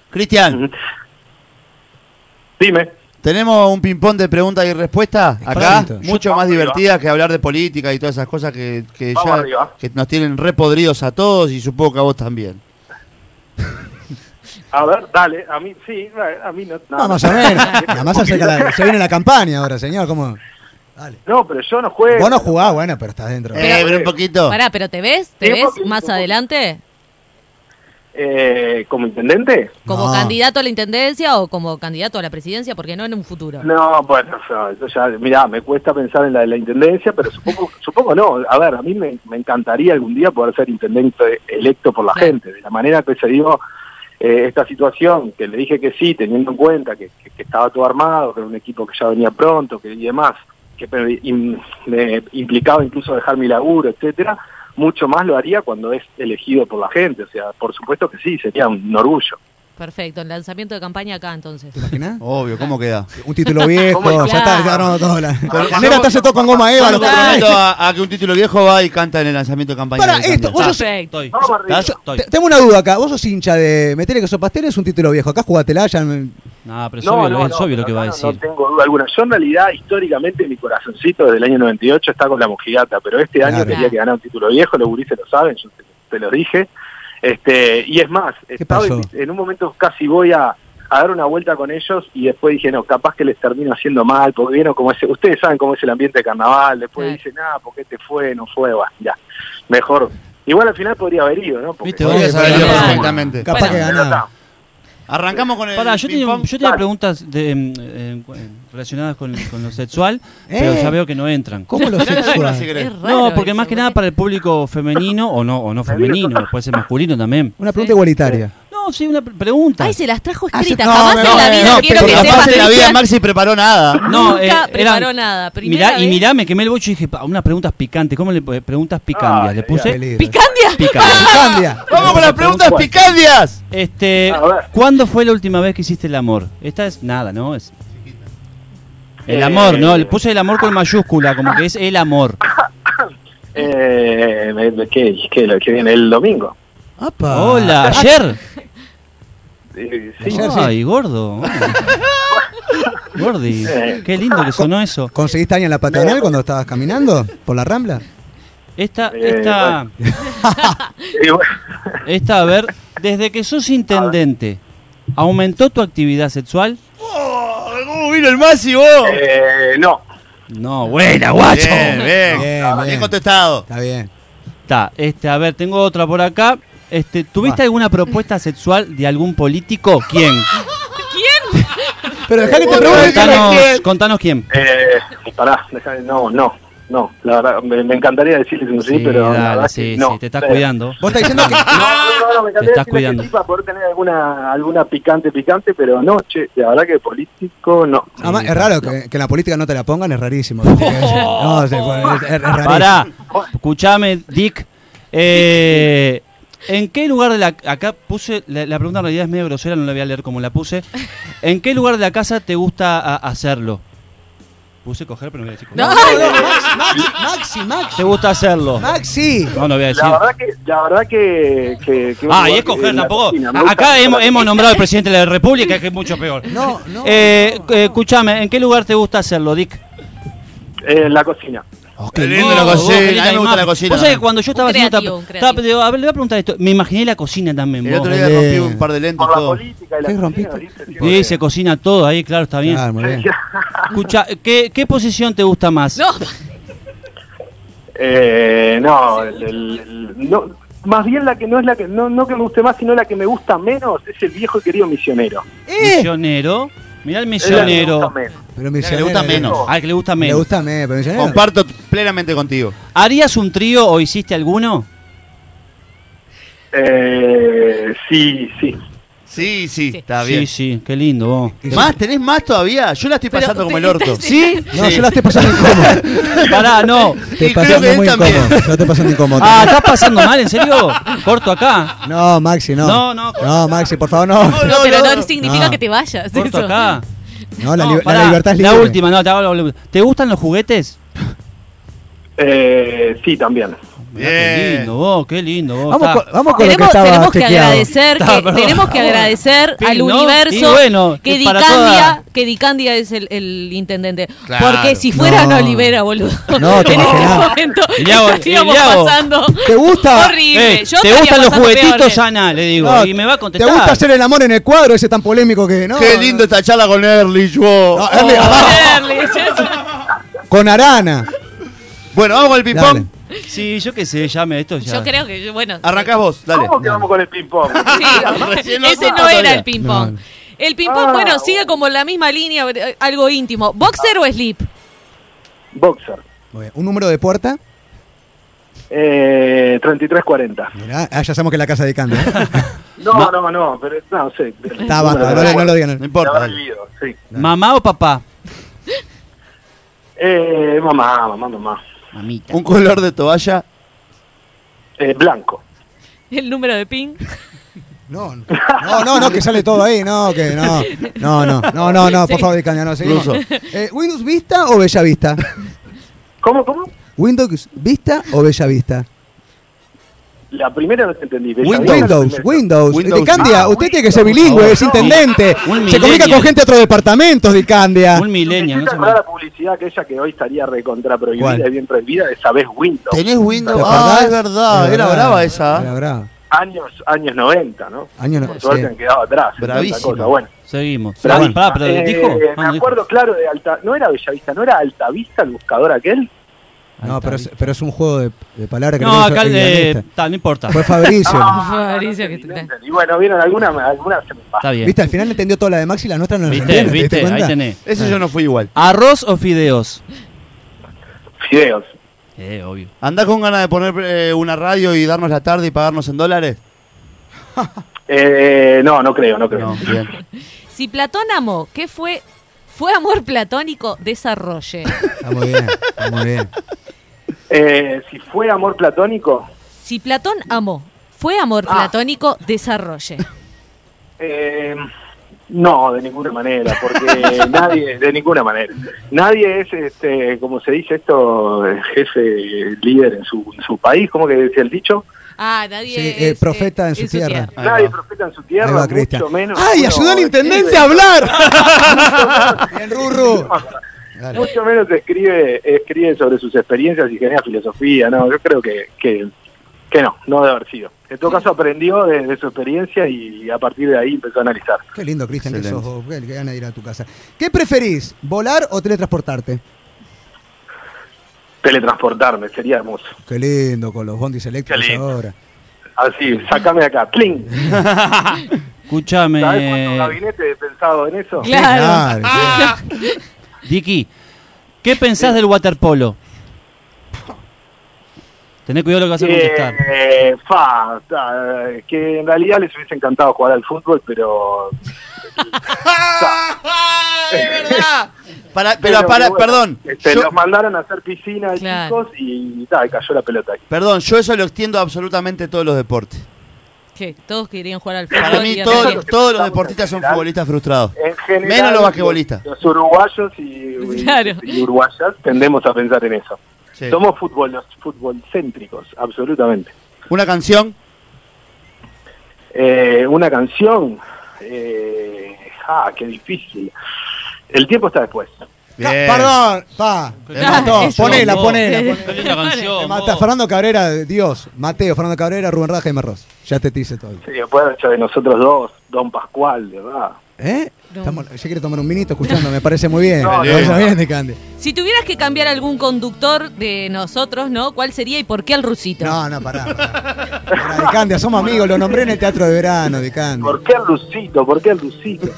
[SPEAKER 1] Cristian,
[SPEAKER 4] Ujú. Dime.
[SPEAKER 1] tenemos un ping-pong de preguntas y respuestas acá,
[SPEAKER 2] Perfecto.
[SPEAKER 1] mucho
[SPEAKER 4] Vamos
[SPEAKER 1] más
[SPEAKER 4] arriba.
[SPEAKER 1] divertidas que hablar de política y todas esas cosas que, que
[SPEAKER 4] Vamos
[SPEAKER 1] ya
[SPEAKER 4] arriba.
[SPEAKER 1] que nos tienen repodridos a todos y supongo que a vos también.
[SPEAKER 4] A ver, dale, a mí sí, a mí no.
[SPEAKER 2] No, más o
[SPEAKER 4] <laughs>
[SPEAKER 2] menos. Además acerca la- se viene la campaña ahora, señor. ¿Cómo? Dale.
[SPEAKER 4] No, pero yo no juego.
[SPEAKER 2] Vos no jugás, bueno, pero estás dentro.
[SPEAKER 1] eh, pero un poquito.
[SPEAKER 5] Pará, pero ¿te ves? ¿Te
[SPEAKER 4] Sí,
[SPEAKER 5] ves
[SPEAKER 4] porque-
[SPEAKER 5] más adelante?
[SPEAKER 4] Eh, ¿Como intendente?
[SPEAKER 5] ¿Como
[SPEAKER 2] No.
[SPEAKER 5] candidato a la intendencia o como candidato a la presidencia? Porque no en un futuro.
[SPEAKER 4] No, bueno, no, eso ya, mirá, me cuesta pensar en la de la intendencia, pero supongo, supongo no. A ver, a mí me, me encantaría algún día poder ser intendente electo por la
[SPEAKER 5] Claro.
[SPEAKER 4] gente. De la manera que se dio eh, esta situación, que le dije que sí, teniendo en cuenta que, que- que estaba todo armado, que era un equipo que ya venía pronto, que y demás, que me, im- me implicaba incluso dejar mi laburo, etcétera, mucho más lo haría cuando es elegido por la gente. O sea, por supuesto que sí, sería un orgullo.
[SPEAKER 5] Perfecto, el lanzamiento de campaña acá entonces.
[SPEAKER 2] ¿Te imaginas?
[SPEAKER 1] Obvio, ¿cómo queda?
[SPEAKER 2] Un título viejo,
[SPEAKER 4] ¿Cómo? Ah,
[SPEAKER 2] ya está,
[SPEAKER 5] Claro.
[SPEAKER 2] ya no, todo. La,
[SPEAKER 4] Pero-
[SPEAKER 2] la nena está hace todo con goma
[SPEAKER 1] Yo
[SPEAKER 2] Eva. Lo
[SPEAKER 1] me comprometo a, a que un título viejo va y canta en el lanzamiento de campaña.
[SPEAKER 2] Para
[SPEAKER 1] del
[SPEAKER 2] esto,
[SPEAKER 1] cambio.
[SPEAKER 2] vos sos-
[SPEAKER 3] Estoy.
[SPEAKER 4] Vamos arriba.
[SPEAKER 3] Yo- estoy.
[SPEAKER 2] Te- Tengo una duda acá. Vos sos hincha de Metele que sos pastel, es un título viejo. Acá jugatela ya. me-
[SPEAKER 3] No, pero es obvio, lo- es obvio lo
[SPEAKER 4] pero
[SPEAKER 3] que va a
[SPEAKER 4] no, no
[SPEAKER 3] decir.
[SPEAKER 4] tengo duda alguna. Yo en realidad, históricamente, mi corazoncito desde el año 98 está con la mojigata, pero este año
[SPEAKER 2] Claro.
[SPEAKER 4] quería que ganara un título viejo, los gurises lo saben, yo te, te lo dije. Este, y es más, estaba
[SPEAKER 2] pasó?
[SPEAKER 4] en un momento casi voy a, a dar una vuelta con ellos y después dije, no, capaz que les termino haciendo mal, porque vieron como es, ustedes saben cómo es el ambiente de carnaval, después
[SPEAKER 5] Claro.
[SPEAKER 4] dicen, ah, ¿por qué te fue? No fue, va, ya, mejor. Igual al final podría haber ido, ¿no? Porque-
[SPEAKER 3] Viste,
[SPEAKER 1] Podría
[SPEAKER 2] Sí,
[SPEAKER 1] haber ido
[SPEAKER 2] pero-
[SPEAKER 1] perfectamente.
[SPEAKER 2] Capaz
[SPEAKER 5] Bueno,
[SPEAKER 2] que
[SPEAKER 4] Pero
[SPEAKER 2] ganaba.
[SPEAKER 4] está.
[SPEAKER 1] Arrancamos con el.
[SPEAKER 3] Pará, yo tenía,
[SPEAKER 1] ping-pong.
[SPEAKER 3] yo tenía
[SPEAKER 4] Dale.
[SPEAKER 3] preguntas de, mm, eh, eh, relacionadas con, con
[SPEAKER 5] <laughs>
[SPEAKER 3] lo sexual, pero
[SPEAKER 2] Eh.
[SPEAKER 3] ya veo que no entran.
[SPEAKER 2] ¿Cómo lo
[SPEAKER 1] Dale, dale, una, si
[SPEAKER 2] sexual?
[SPEAKER 1] querés.
[SPEAKER 5] Es raro
[SPEAKER 3] No, porque
[SPEAKER 5] eso,
[SPEAKER 3] más que
[SPEAKER 5] ¿por
[SPEAKER 3] nada
[SPEAKER 5] qué?
[SPEAKER 3] para el público femenino o no, o no femenino, puede ser masculino también.
[SPEAKER 2] Una
[SPEAKER 5] Sí.
[SPEAKER 2] pregunta igualitaria.
[SPEAKER 3] No, sí, una pre- pregunta.
[SPEAKER 5] Ay, se las trajo escritas.
[SPEAKER 2] Ah, se-
[SPEAKER 5] jamás
[SPEAKER 2] no,
[SPEAKER 5] en la vida
[SPEAKER 1] No,
[SPEAKER 5] quiero
[SPEAKER 1] pero
[SPEAKER 5] que
[SPEAKER 1] capaz
[SPEAKER 5] sepan.
[SPEAKER 1] en la vida Maxi preparó nada.
[SPEAKER 3] No, eh,
[SPEAKER 5] Nunca
[SPEAKER 3] eran-
[SPEAKER 5] preparó nada. Primera
[SPEAKER 3] mirá- Y
[SPEAKER 5] vez.
[SPEAKER 3] mirá, me quemé el bocho y dije, pa, unas preguntas picantes. ¿Cómo le po- preguntas picantes?
[SPEAKER 4] Ay,
[SPEAKER 3] le puse
[SPEAKER 2] Dios.
[SPEAKER 5] ¿Picandia?
[SPEAKER 4] <laughs>
[SPEAKER 3] picantes.
[SPEAKER 2] Cambia.
[SPEAKER 1] Vamos con las preguntas
[SPEAKER 4] ¿Cuál?
[SPEAKER 1] picandias.
[SPEAKER 3] Este,
[SPEAKER 4] A ver.
[SPEAKER 3] ¿cuándo fue la última vez que hiciste el amor? Esta es nada, ¿no? Es el
[SPEAKER 4] Eh.
[SPEAKER 3] amor, ¿no? Le puse el amor con mayúscula, como que es el amor.
[SPEAKER 4] Eh, me- me- ¿qué, qué, lo que viene el domingo?
[SPEAKER 5] Ah.
[SPEAKER 2] Apa.
[SPEAKER 3] Hola, ayer.
[SPEAKER 4] Eh, sí.
[SPEAKER 2] Ayer, sí.
[SPEAKER 3] Ay, gordo. Gordi,
[SPEAKER 4] Eh.
[SPEAKER 3] qué lindo que sonó eso.
[SPEAKER 2] ¿Conseguiste año en la patronal cuando estabas caminando por la rambla?
[SPEAKER 3] Esta,
[SPEAKER 4] Eh,
[SPEAKER 3] esta,
[SPEAKER 4] Y bueno,
[SPEAKER 3] esta, a ver, desde que sos intendente, ¿aumentó tu actividad sexual?
[SPEAKER 1] Oh, ¿Cómo vino el Maxi vos?
[SPEAKER 4] eh, no,
[SPEAKER 3] No, buena, guacho.
[SPEAKER 1] Bien, bien.
[SPEAKER 2] Bien,
[SPEAKER 1] Bien,
[SPEAKER 2] bien.
[SPEAKER 1] contestado.
[SPEAKER 2] Está bien.
[SPEAKER 3] Está, este, a ver, tengo otra por acá. este, ¿tuviste alguna propuesta sexual de algún político?
[SPEAKER 4] <laughs>
[SPEAKER 3] ¿Quién?
[SPEAKER 2] Pero dejá que te
[SPEAKER 3] Contanos,
[SPEAKER 2] pregunte.
[SPEAKER 3] contanos quién.
[SPEAKER 4] Eh, pará, déjame- no, no, no. La verdad, me, me encantaría decirles un sí, pero. la
[SPEAKER 3] dale,
[SPEAKER 4] verdad
[SPEAKER 3] sí,
[SPEAKER 4] que
[SPEAKER 3] sí,
[SPEAKER 4] no.
[SPEAKER 3] te estás
[SPEAKER 4] Eh,
[SPEAKER 3] cuidando. Ah,
[SPEAKER 2] Vos estás diciendo que.
[SPEAKER 4] No, no, no, me
[SPEAKER 3] Te
[SPEAKER 4] encantaría
[SPEAKER 3] estás
[SPEAKER 4] decirles que
[SPEAKER 3] cuidando.
[SPEAKER 4] sí para poder tener alguna, alguna picante, picante, pero no, che, la verdad que político no.
[SPEAKER 3] Ah,
[SPEAKER 2] Además, es raro que, que en la política no te la pongan, es rarísimo. <laughs> No, se fue, es, es rarísimo.
[SPEAKER 3] Pará, escuchame, Dick. Eh, ¿En qué lugar de la acá puse la, la pregunta en realidad es medio grosera, no la voy a leer como la puse. ¿En qué lugar de la casa te gusta a- hacerlo? Puse coger, pero no voy a decir coger.
[SPEAKER 2] No, no, no, Maxi, Maxi, Maxi.
[SPEAKER 3] ¿Te gusta hacerlo?
[SPEAKER 2] Maxi.
[SPEAKER 3] No, no voy a decir.
[SPEAKER 4] La verdad que. La verdad que, que- que-
[SPEAKER 3] eh, Ah, y
[SPEAKER 4] que-
[SPEAKER 3] es coger
[SPEAKER 4] en la
[SPEAKER 3] tampoco.
[SPEAKER 4] cocina, me gusta
[SPEAKER 3] Acá
[SPEAKER 4] coger.
[SPEAKER 3] hemos, hemos nombrado al presidente de la República, que es mucho peor.
[SPEAKER 2] No, no.
[SPEAKER 3] Eh, eh, escuchame, ¿en qué lugar te gusta hacerlo, Dick?
[SPEAKER 4] Eh, en la cocina.
[SPEAKER 1] Qué lindo la
[SPEAKER 3] Oh, vos,
[SPEAKER 1] cocina,
[SPEAKER 3] qué linda
[SPEAKER 1] a mí me gusta
[SPEAKER 3] imagen.
[SPEAKER 1] la cocina.
[SPEAKER 3] Vos sabés que cuando yo estaba
[SPEAKER 5] Un
[SPEAKER 3] haciendo
[SPEAKER 5] creativo,
[SPEAKER 3] tap-
[SPEAKER 5] un creativo.
[SPEAKER 3] tap- digo, a ver, le voy a preguntar esto. Me imaginé la cocina también,
[SPEAKER 1] El
[SPEAKER 3] vos.
[SPEAKER 1] otro día
[SPEAKER 2] Bien.
[SPEAKER 1] rompí un par de lentos.
[SPEAKER 4] Por la
[SPEAKER 1] todo.
[SPEAKER 4] política y la
[SPEAKER 2] ¿Qué
[SPEAKER 4] cocina,
[SPEAKER 2] rompiste?
[SPEAKER 4] ¿viste?
[SPEAKER 3] Sí, se cocina todo ahí, claro, está bien.
[SPEAKER 2] Ah, muy bien.
[SPEAKER 3] Escucha, ¿qué, qué posición te gusta más?
[SPEAKER 5] No,
[SPEAKER 4] Eh, no, el- el- el- no, más bien la que no es la que no, no que me guste más, sino la que me gusta menos es el viejo y querido misionero.
[SPEAKER 2] Eh,
[SPEAKER 3] Misionero. Mirá el
[SPEAKER 4] Es la que me gusta
[SPEAKER 3] misionero.
[SPEAKER 4] menos.
[SPEAKER 2] pero
[SPEAKER 1] Le gusta menos.
[SPEAKER 3] Al que le gusta
[SPEAKER 2] Me
[SPEAKER 3] menos.
[SPEAKER 2] gusta menos, pero misionero.
[SPEAKER 1] Comparto plenamente contigo.
[SPEAKER 3] ¿Harías un trío o hiciste alguno?
[SPEAKER 4] Eh, sí, sí.
[SPEAKER 1] Sí, sí,
[SPEAKER 5] Sí.
[SPEAKER 1] está
[SPEAKER 3] Sí,
[SPEAKER 1] bien.
[SPEAKER 3] sí, qué lindo vos.
[SPEAKER 1] ¿Más? ¿Tenés más todavía? Yo la estoy
[SPEAKER 5] Pero
[SPEAKER 1] pasando como el
[SPEAKER 5] te-
[SPEAKER 1] <laughs> orto.
[SPEAKER 3] ¿Sí?
[SPEAKER 2] No, yo la estoy pasando incómodo.
[SPEAKER 3] Pará, no.
[SPEAKER 2] Te
[SPEAKER 1] Y creo que
[SPEAKER 2] pasando
[SPEAKER 1] él
[SPEAKER 2] muy
[SPEAKER 1] también.
[SPEAKER 2] incómodo. Yo te pasando incómodo.
[SPEAKER 3] Ah, ¿estás pasando mal? ¿En serio? Corto acá.
[SPEAKER 2] No, Maxi, no.
[SPEAKER 3] No, no, corta.
[SPEAKER 2] No, Maxi, por favor, no.
[SPEAKER 5] no, pero no, significa
[SPEAKER 2] No.
[SPEAKER 5] que te vayas.
[SPEAKER 3] Corto
[SPEAKER 5] eso.
[SPEAKER 3] acá.
[SPEAKER 2] No, la,
[SPEAKER 3] No,
[SPEAKER 2] li- la
[SPEAKER 3] pará,
[SPEAKER 2] libertad es
[SPEAKER 3] la
[SPEAKER 2] libre.
[SPEAKER 3] última, no, te hago la última. ¿Te gustan los juguetes?
[SPEAKER 4] Eh, sí, también.
[SPEAKER 3] Mirá Ah, Qué
[SPEAKER 1] Bien.
[SPEAKER 3] lindo vos, qué lindo vos.
[SPEAKER 2] Vamos
[SPEAKER 3] Está-
[SPEAKER 2] con, vamos con lo que
[SPEAKER 5] Tenemos,
[SPEAKER 2] estaba
[SPEAKER 5] tenemos que
[SPEAKER 2] chequeado.
[SPEAKER 5] agradecer,
[SPEAKER 3] Está,
[SPEAKER 5] que-
[SPEAKER 3] perdón.
[SPEAKER 5] tenemos que agradecer
[SPEAKER 3] Sí,
[SPEAKER 5] al
[SPEAKER 3] ¿no?
[SPEAKER 5] universo
[SPEAKER 3] Y bueno,
[SPEAKER 5] que,
[SPEAKER 3] es para
[SPEAKER 5] Dicandia,
[SPEAKER 3] toda-
[SPEAKER 5] que Dicandia es el, el intendente.
[SPEAKER 1] Claro.
[SPEAKER 5] Porque si fuera
[SPEAKER 2] No.
[SPEAKER 5] no, libera, boludo.
[SPEAKER 2] No, te
[SPEAKER 5] en este
[SPEAKER 2] imaginás.
[SPEAKER 5] momento
[SPEAKER 3] Iliago,
[SPEAKER 5] estaríamos
[SPEAKER 3] Iliago.
[SPEAKER 5] pasando
[SPEAKER 2] ¿Te gusta?
[SPEAKER 5] horrible.
[SPEAKER 3] Eh,
[SPEAKER 5] Yo
[SPEAKER 3] ¿Te
[SPEAKER 5] estaría
[SPEAKER 3] gustan los
[SPEAKER 5] pasando eh.
[SPEAKER 3] juguetitos,
[SPEAKER 5] peores.
[SPEAKER 3] Ana? Le digo,
[SPEAKER 2] No,
[SPEAKER 3] y me va a contestar.
[SPEAKER 2] ¿Te gusta hacer el amor en el cuadro ese tan polémico que no?
[SPEAKER 1] Qué lindo esta charla con Oh. Erlich, vos.
[SPEAKER 2] No, Erlich, abajo. Con Arana.
[SPEAKER 1] Bueno, vamos con el ping-pong.
[SPEAKER 3] Sí, yo qué sé, llame esto ya.
[SPEAKER 5] <laughs> Yo creo que, bueno.
[SPEAKER 1] Arrancás vos, dale.
[SPEAKER 4] ¿Cómo que vamos con el ping-pong?
[SPEAKER 5] Sí,
[SPEAKER 4] <laughs>
[SPEAKER 1] Recién lo
[SPEAKER 5] ese
[SPEAKER 1] supo
[SPEAKER 5] no era
[SPEAKER 1] todavía.
[SPEAKER 5] el ping-pong.
[SPEAKER 2] No.
[SPEAKER 5] El ping-pong,
[SPEAKER 4] Ah,
[SPEAKER 5] bueno,
[SPEAKER 4] oh.
[SPEAKER 5] sigue como la misma línea, eh, algo íntimo. ¿Boxer o sleep?
[SPEAKER 4] Boxer.
[SPEAKER 2] Muy bien. Un número de puerta.
[SPEAKER 4] Eh, 3340.
[SPEAKER 2] Mirá, ah, ya sabemos que es la casa de
[SPEAKER 3] <laughs>
[SPEAKER 2] Candy. ¿eh?
[SPEAKER 4] No, no, no, pero no sé.
[SPEAKER 2] Está, basta, no, le- no lo digan.
[SPEAKER 1] No
[SPEAKER 2] No.
[SPEAKER 1] importa.
[SPEAKER 4] Habrá
[SPEAKER 1] dale.
[SPEAKER 4] vivido, sí.
[SPEAKER 3] ¿Mamá o papá?
[SPEAKER 4] Eh, mamá, mamá, mamá.
[SPEAKER 3] Mamita.
[SPEAKER 1] Un color de toalla.
[SPEAKER 4] Eh, blanco.
[SPEAKER 5] El número de ping.
[SPEAKER 2] No, no, no, que sale todo ahí, no, que no. No, no, no, no, no, por
[SPEAKER 5] Sí.
[SPEAKER 2] favor, Candia, no, seguimos.
[SPEAKER 1] Incluso.
[SPEAKER 2] Eh, ¿Windows Vista o Bella Vista?
[SPEAKER 4] ¿Cómo, cómo?
[SPEAKER 2] ¿Windows Vista o Bella Vista?
[SPEAKER 4] La primera no te entendí. Bella
[SPEAKER 2] Windows,
[SPEAKER 4] Vista, la
[SPEAKER 2] Windows.
[SPEAKER 4] primera.
[SPEAKER 2] Windows.
[SPEAKER 1] Windows.
[SPEAKER 2] Di Candia,
[SPEAKER 4] Ah,
[SPEAKER 2] usted
[SPEAKER 4] Windows.
[SPEAKER 2] tiene que ser bilingüe, es intendente.
[SPEAKER 3] Un
[SPEAKER 2] Se
[SPEAKER 3] millennial.
[SPEAKER 2] comunica con gente de otros departamentos, Di Candia.
[SPEAKER 3] Un milenio, no
[SPEAKER 4] ¿Te
[SPEAKER 3] sé.
[SPEAKER 4] acordás la publicidad que ella que hoy estaría recontra prohibida
[SPEAKER 2] ¿Cuál?
[SPEAKER 4] y bien prohibida? Esa vez Windows.
[SPEAKER 1] ¿Tenés Windows?
[SPEAKER 2] ¿Te
[SPEAKER 1] Ah,
[SPEAKER 2] acordás?
[SPEAKER 1] es verdad. Era brava esa. ¿ah?
[SPEAKER 2] Era brava.
[SPEAKER 4] Años, años 90, ¿no?
[SPEAKER 2] Año no-
[SPEAKER 4] Por suerte
[SPEAKER 2] sí.
[SPEAKER 4] han quedado atrás. en tanta
[SPEAKER 1] Bravísimo.
[SPEAKER 4] cosa. Bueno,
[SPEAKER 3] Seguimos.
[SPEAKER 4] Pero
[SPEAKER 3] Ah,
[SPEAKER 4] bueno.
[SPEAKER 3] pará, pero
[SPEAKER 4] Eh,
[SPEAKER 3] dijo. Ah, no
[SPEAKER 4] me
[SPEAKER 3] dijo.
[SPEAKER 4] acuerdo, claro, de Alta. No era Bellavista, no era Altavista el buscador <laughs> aquel.
[SPEAKER 3] Ahí
[SPEAKER 2] No,
[SPEAKER 3] está,
[SPEAKER 2] pero es,
[SPEAKER 3] ¿viste?
[SPEAKER 2] pero es un juego de, de palabras que
[SPEAKER 3] No,
[SPEAKER 2] lo hizo
[SPEAKER 3] acá
[SPEAKER 2] el
[SPEAKER 3] el de.
[SPEAKER 2] guionista.
[SPEAKER 3] ta, no importa.
[SPEAKER 2] Fue Fabricio.
[SPEAKER 4] Ah.
[SPEAKER 5] Fabricio,
[SPEAKER 4] no
[SPEAKER 5] que te-
[SPEAKER 4] entendí. Y bueno, vieron, alguna, alguna se me pasa.
[SPEAKER 3] Está bien.
[SPEAKER 2] Viste, al final entendió todo la de Maxi, la nuestra no la
[SPEAKER 3] Viste,
[SPEAKER 2] entendieron, ¿te diste
[SPEAKER 3] viste, ahí
[SPEAKER 2] cuenta?
[SPEAKER 3] tenés.
[SPEAKER 1] Ese yo no fui igual.
[SPEAKER 3] ¿Arroz o fideos?
[SPEAKER 4] Fideos.
[SPEAKER 3] Eh, obvio.
[SPEAKER 1] ¿Andás con ganas de poner eh, una radio y darnos la tarde y pagarnos en dólares?
[SPEAKER 4] Eh, no, no creo, no creo.
[SPEAKER 1] No, bien.
[SPEAKER 5] Si Platón amó, ¿qué fue? Fue amor platónico, desarrolle.
[SPEAKER 2] Está muy bien, está muy bien.
[SPEAKER 4] Eh, si fue amor platónico,
[SPEAKER 5] Si Platón amó, fue amor
[SPEAKER 4] Ah.
[SPEAKER 5] platónico, desarrolle.
[SPEAKER 4] eh, no, de ninguna manera,
[SPEAKER 2] <laughs>
[SPEAKER 4] porque nadie, de ninguna manera. Nadie es, este, como se dice esto, jefe, líder en su, en su país, como que decía el dicho.
[SPEAKER 5] Ah, nadie
[SPEAKER 2] Sí,
[SPEAKER 5] es,
[SPEAKER 2] eh, profeta en su tierra.
[SPEAKER 1] Ahí
[SPEAKER 4] Nadie
[SPEAKER 1] va.
[SPEAKER 4] profeta en su
[SPEAKER 2] Ahí
[SPEAKER 4] <laughs> tierra,
[SPEAKER 2] va, Cristian.
[SPEAKER 4] mucho menos.
[SPEAKER 2] ¡Ay,
[SPEAKER 4] uno
[SPEAKER 2] ayudó al intendente
[SPEAKER 4] escribe-
[SPEAKER 2] a
[SPEAKER 4] <laughs>
[SPEAKER 2] hablar! Bien, Rurru.
[SPEAKER 1] <laughs>
[SPEAKER 2] Dale.
[SPEAKER 4] Mucho menos escribe, escribe sobre sus experiencias y genera filosofía, ¿no? Yo creo que, que, que no, no debe haber sido. En todo caso aprendió de, de su experiencia y a partir de ahí empezó a analizar.
[SPEAKER 2] Qué lindo, Cristian, que sos
[SPEAKER 1] Excelente.
[SPEAKER 2] vos. Qué qué gana de ir a tu casa. ¿Qué preferís, volar o teletransportarte?
[SPEAKER 4] Teletransportarme, sería hermoso.
[SPEAKER 2] Qué lindo, con los bondis eléctricos
[SPEAKER 4] Qué lindo.
[SPEAKER 2] ahora.
[SPEAKER 4] Así, sacame de acá, ¡pling! ¿Sabes cuánto
[SPEAKER 3] Escúchame,
[SPEAKER 4] gabinete he pensado en eso?
[SPEAKER 5] Claro.
[SPEAKER 1] Ah,
[SPEAKER 3] Dicky, ¿qué pensás del waterpolo? Tenés cuidado lo que vas a contestar.
[SPEAKER 4] Eh, fa, ta, eh, que en realidad les hubiese encantado jugar al fútbol, pero
[SPEAKER 1] ¡De verdad! Para, pero,
[SPEAKER 4] Pero
[SPEAKER 1] para,
[SPEAKER 4] bueno,
[SPEAKER 1] perdón.
[SPEAKER 4] este,
[SPEAKER 1] yo-
[SPEAKER 4] los mandaron a hacer piscina de
[SPEAKER 5] Claro.
[SPEAKER 4] chicos y, ta, cayó la pelota ahí.
[SPEAKER 1] Perdón, yo eso lo extiendo a absolutamente todos los deportes.
[SPEAKER 5] Que todos querían jugar al fútbol.
[SPEAKER 1] Para mí
[SPEAKER 5] y al
[SPEAKER 1] todos,
[SPEAKER 5] tenis.
[SPEAKER 1] los- todos los deportistas son futbolistas frustrados.
[SPEAKER 4] En general,
[SPEAKER 1] Menos los basquetbolistas.
[SPEAKER 4] Los, los uruguayos y, y-
[SPEAKER 5] Claro.
[SPEAKER 4] y uruguayas tendemos a pensar en eso.
[SPEAKER 1] Sí.
[SPEAKER 4] Somos fútbol, los futbolcéntricos, absolutamente.
[SPEAKER 1] Una canción.
[SPEAKER 4] Eh, una canción, eh, ah, qué difícil. El tiempo está después.
[SPEAKER 1] Bien.
[SPEAKER 2] Perdón, pa.
[SPEAKER 3] Qué
[SPEAKER 2] me
[SPEAKER 1] linda
[SPEAKER 2] mató.
[SPEAKER 5] canción,
[SPEAKER 2] Ponela,
[SPEAKER 3] vos.
[SPEAKER 2] ponela. ponela.
[SPEAKER 3] Qué linda canción,
[SPEAKER 2] Me
[SPEAKER 3] vos.
[SPEAKER 2] mata Fernando Cabrera, Dios. Mateo, Fernando Cabrera, Rubén Raja y Marros. Ya te dice todo.
[SPEAKER 4] Sí, después haber hecho de nosotros dos, Don Pascual, de verdad.
[SPEAKER 2] ¿Eh?
[SPEAKER 5] No.
[SPEAKER 2] Estamos- yo quiero tomar un minito escuchando, me parece muy bien.
[SPEAKER 4] No,
[SPEAKER 2] Me
[SPEAKER 1] no,
[SPEAKER 2] parece
[SPEAKER 1] no.
[SPEAKER 2] bien, De Candy.
[SPEAKER 5] Si tuvieras que cambiar algún conductor de nosotros, ¿no? ¿Cuál sería y por qué al rusito?
[SPEAKER 2] No, no, pará. pará. Pará, de Candy, somos amigos, lo nombré en el Teatro de Verano, De Candy.
[SPEAKER 4] ¿Por qué Lucito? ¿Por
[SPEAKER 2] <laughs>
[SPEAKER 4] qué Lucito?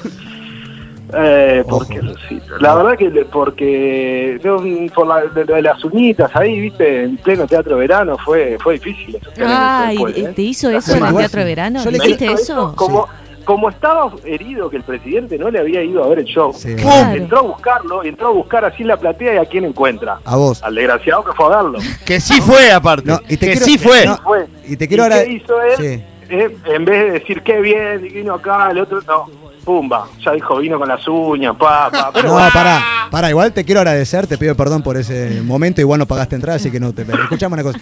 [SPEAKER 4] Eh, ¿Por
[SPEAKER 2] Ojo.
[SPEAKER 4] qué Lucito? La verdad que le- porque yo, mm, por la- de, de las uñitas ahí, viste, en pleno teatro verano fue fue difícil. sostener eso
[SPEAKER 5] Ay,
[SPEAKER 4] después, ¿eh?
[SPEAKER 5] ¿te hizo
[SPEAKER 4] La
[SPEAKER 5] eso en el
[SPEAKER 4] semana-
[SPEAKER 2] igual-
[SPEAKER 5] Teatro de Verano?
[SPEAKER 2] Yo
[SPEAKER 5] ¿Le
[SPEAKER 2] le
[SPEAKER 4] Me
[SPEAKER 5] hiciste
[SPEAKER 4] hizo
[SPEAKER 5] eso?
[SPEAKER 4] Como, como estaba herido que el presidente no le había ido a ver el show,
[SPEAKER 2] Sí.
[SPEAKER 4] ¡pum!
[SPEAKER 2] Claro.
[SPEAKER 4] entró a buscarlo, entró a buscar así en la platea y a quién encuentra.
[SPEAKER 2] A vos.
[SPEAKER 4] Al desgraciado que fue a verlo.
[SPEAKER 1] Que sí fue, aparte.
[SPEAKER 2] No, y te
[SPEAKER 1] que
[SPEAKER 2] quiero-
[SPEAKER 1] sí fue.
[SPEAKER 2] no.
[SPEAKER 4] Fue.
[SPEAKER 2] Y te quiero ahora-
[SPEAKER 4] ¿Qué hizo él?
[SPEAKER 2] Sí.
[SPEAKER 4] Eh, en vez de decir qué bien, y vino acá, el otro, no, pumba, ya dijo vino con las uñas, pa,
[SPEAKER 2] <laughs>
[SPEAKER 4] pa, Ah, pero
[SPEAKER 2] No,
[SPEAKER 4] bueno,
[SPEAKER 2] pará, pará, igual te quiero agradecer, te pido perdón por ese momento, igual no pagaste entrada, así que no te escuchamos una cosa.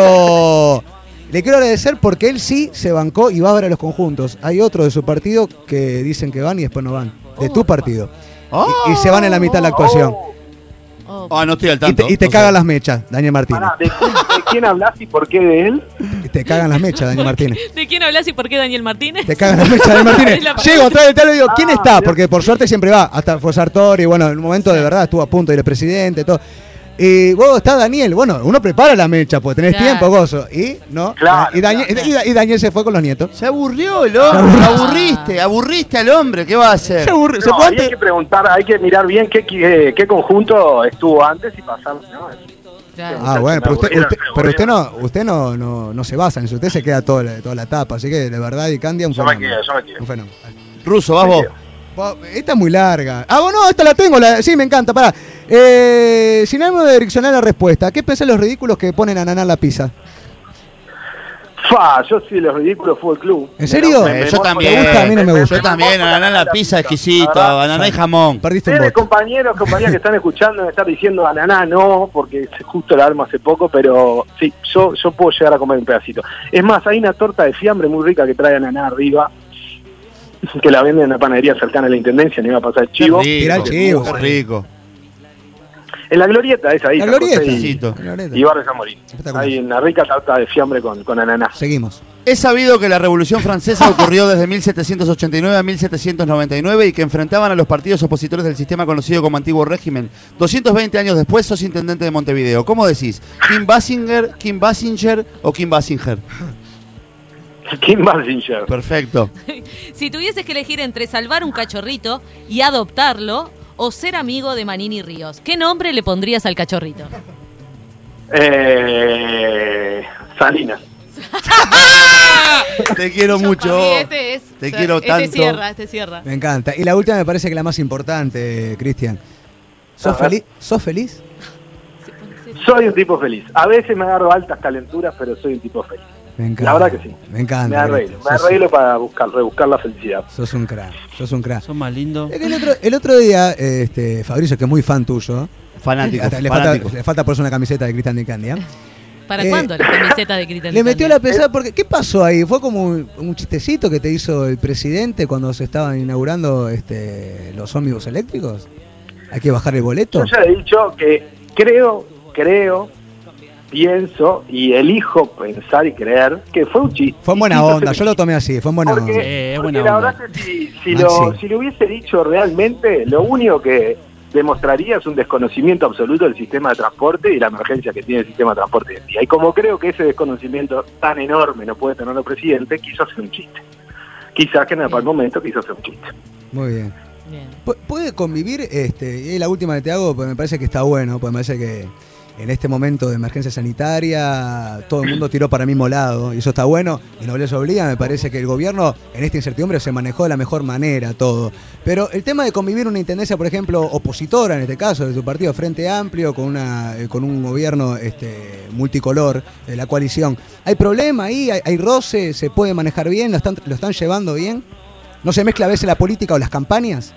[SPEAKER 2] Pero le quiero agradecer porque él sí se bancó y va a ver a los conjuntos. Hay otros de su partido que dicen que van y después no van. De tu partido. Y, y se van en la mitad de la actuación.
[SPEAKER 5] Oh,
[SPEAKER 1] Ah, no estoy al
[SPEAKER 2] Y
[SPEAKER 1] tanto.
[SPEAKER 2] te, y te
[SPEAKER 1] No sé.
[SPEAKER 2] cagan las mechas, Daniel Martínez.
[SPEAKER 4] pará, ¿de, quién, de quién hablas y por qué de él?
[SPEAKER 2] Y Te cagan las mechas, Daniel Martínez.
[SPEAKER 5] ¿De quién hablas y por qué Daniel Martínez?
[SPEAKER 2] Te cagan las mechas, Daniel
[SPEAKER 5] <laughs>
[SPEAKER 2] Martínez.
[SPEAKER 5] Es la
[SPEAKER 2] Llego atrás del talo y digo, ¿quién
[SPEAKER 4] Ah,
[SPEAKER 2] está?
[SPEAKER 4] mirá.
[SPEAKER 2] Porque por suerte siempre va. Hasta fue Sartori, bueno, en un momento de verdad estuvo a punto de ir el presidente, todo. Y vos, está Daniel. Bueno, uno prepara la mecha, pues tenés
[SPEAKER 5] Claro.
[SPEAKER 2] tiempo, gozo. Y no.
[SPEAKER 4] Claro,
[SPEAKER 2] y, Daniel,
[SPEAKER 4] claro.
[SPEAKER 2] y Da- y Daniel se fue con los nietos.
[SPEAKER 1] Se aburrió el hombre. aburriste. Aburriste al hombre. ¿Qué va a hacer?
[SPEAKER 2] Se aburre- se
[SPEAKER 4] No,
[SPEAKER 2] fue
[SPEAKER 4] ahí hay
[SPEAKER 2] antes.
[SPEAKER 4] que preguntar, hay que mirar bien qué, qué, qué conjunto estuvo antes y pasar. ¿no?
[SPEAKER 5] Claro.
[SPEAKER 2] Ah, bueno, pero usted,
[SPEAKER 4] Aburrido,
[SPEAKER 2] usted-
[SPEAKER 4] aburrido.
[SPEAKER 2] pero usted no, usted no, no, no se basa en eso, usted se queda toda la, toda la etapa, así que de verdad y Candia un
[SPEAKER 4] Yo me
[SPEAKER 2] fenómeno.
[SPEAKER 4] quedo, yo me quedo.
[SPEAKER 2] Un fenómeno.
[SPEAKER 1] Ruso, vas vos.
[SPEAKER 2] Vos, Esta es muy larga. Ah, bueno, esta la tengo. la- sí, me encanta. Pará. Eh, sin ánimo de direccionar la respuesta, ¿qué pensás de los ridículos que ponen a nanar la pizza?
[SPEAKER 4] Fa, yo sí, los ridículos fútbol club.
[SPEAKER 2] ¿En serio?
[SPEAKER 1] Eh, yo también.
[SPEAKER 2] Me gusta, a mí no me gusta.
[SPEAKER 1] Yo también. Ananá en la pizza exquisita. Banana y jamón.
[SPEAKER 2] Perdiste un
[SPEAKER 4] Ustedes,
[SPEAKER 2] voto.
[SPEAKER 4] compañeros, compañeras que están escuchando, me están diciendo ananá no, porque es justo la arma hace poco, pero sí, yo, yo puedo llegar a comer un pedacito. Es más, hay una torta de fiambre muy rica que trae ananá arriba, que la venden en una panadería cercana a la intendencia, no iba a pasar el chivo.
[SPEAKER 1] Qué
[SPEAKER 2] Tirá el
[SPEAKER 1] rico.
[SPEAKER 2] chivo.
[SPEAKER 1] Qué rico.
[SPEAKER 4] En la glorieta, esa ahí.
[SPEAKER 2] La
[SPEAKER 4] San José
[SPEAKER 2] glorieta.
[SPEAKER 4] y-
[SPEAKER 1] Cito.
[SPEAKER 2] La glorieta.
[SPEAKER 4] Y Barrio San Morín.
[SPEAKER 2] Espectacular.
[SPEAKER 4] Hay una rica tarta de fiambre con, con ananá.
[SPEAKER 2] Seguimos.
[SPEAKER 1] Es sabido que la Revolución
[SPEAKER 2] <laughs>
[SPEAKER 1] Francesa ocurrió desde 1789 a 1799 y que enfrentaban a los partidos opositores del sistema conocido como antiguo régimen. 220 años después sos intendente de Montevideo. ¿Cómo decís? ¿Kim Basinger, Kim Basinger o Kim Basinger?
[SPEAKER 4] <laughs> Kim Basinger.
[SPEAKER 1] Perfecto.
[SPEAKER 5] Si tuvieses que elegir entre salvar un cachorrito y adoptarlo o ser amigo de Manini Ríos, ¿qué nombre le pondrías al cachorrito?
[SPEAKER 4] Eh, Salinas.
[SPEAKER 1] Te quiero mucho. Te quiero tanto.
[SPEAKER 5] este cierra.
[SPEAKER 2] Me encanta. Y la última me parece que la más importante, Cristian. ¿Sos,
[SPEAKER 4] A ver.
[SPEAKER 2] feliz? ¿Sos feliz?
[SPEAKER 4] Soy un tipo feliz. A veces me agarro altas calenturas, pero soy un tipo feliz.
[SPEAKER 2] Me encanta.
[SPEAKER 4] La verdad que sí.
[SPEAKER 2] Me encanta.
[SPEAKER 4] Me arreglo. Me
[SPEAKER 2] Cristian. Sos-
[SPEAKER 4] arreglo para buscar, rebuscar la felicidad.
[SPEAKER 2] Sos un crack. Sos un crack.
[SPEAKER 3] Son más lindos.
[SPEAKER 2] Es que El otro, el otro día, este, Fabricio, que es muy fan tuyo,
[SPEAKER 1] Fanático.
[SPEAKER 2] hasta le,
[SPEAKER 1] fanático.
[SPEAKER 2] falta, le falta ponerse una camiseta de Cristian de Candia.
[SPEAKER 5] ¿Para
[SPEAKER 2] Eh,
[SPEAKER 5] cuándo la camiseta de Cristian?
[SPEAKER 2] Le metió la
[SPEAKER 5] Italia?
[SPEAKER 2] pesada porque ¿qué pasó ahí? Fue como un, un chistecito que te hizo el presidente cuando se estaban inaugurando este, los ómnibus eléctricos. Hay que bajar el boleto.
[SPEAKER 4] Yo ya he dicho que creo, creo, pienso y elijo pensar y creer que fue un chiste.
[SPEAKER 2] Fue en
[SPEAKER 4] <laughs>
[SPEAKER 2] buena onda, yo lo tomé así, fue en buena
[SPEAKER 4] Porque,
[SPEAKER 2] onda.
[SPEAKER 3] Eh, es
[SPEAKER 4] porque
[SPEAKER 3] buena
[SPEAKER 4] la
[SPEAKER 3] onda.
[SPEAKER 4] verdad que si, si lo,
[SPEAKER 2] Maxi.
[SPEAKER 4] si lo hubiese dicho realmente, lo único que demostrarías un desconocimiento absoluto del sistema de transporte y la emergencia que tiene el sistema de transporte hoy en día. Y como creo que ese desconocimiento tan enorme no puede tener el presidente, quizás sea un chiste. Quizás que en el momento quizás sea un chiste.
[SPEAKER 2] Muy bien.
[SPEAKER 5] Bien.
[SPEAKER 2] Pu- ¿Puede convivir, este, y es la última que te hago, porque me parece que está bueno, porque me parece que en este momento de emergencia sanitaria todo el mundo tiró para el mismo lado, y eso está bueno, y no les obliga, me parece que el gobierno en esta incertidumbre se manejó de la mejor manera todo. Pero el tema de convivir una intendencia, por ejemplo, opositora en este caso, de tu partido Frente Amplio, con, una, eh, con un gobierno este, multicolor, de la coalición, ¿hay problema ahí? ¿Hay, hay roce? ¿Se puede manejar bien? ¿Lo están, ¿Lo están llevando bien? ¿No se mezcla a veces la política o las campañas?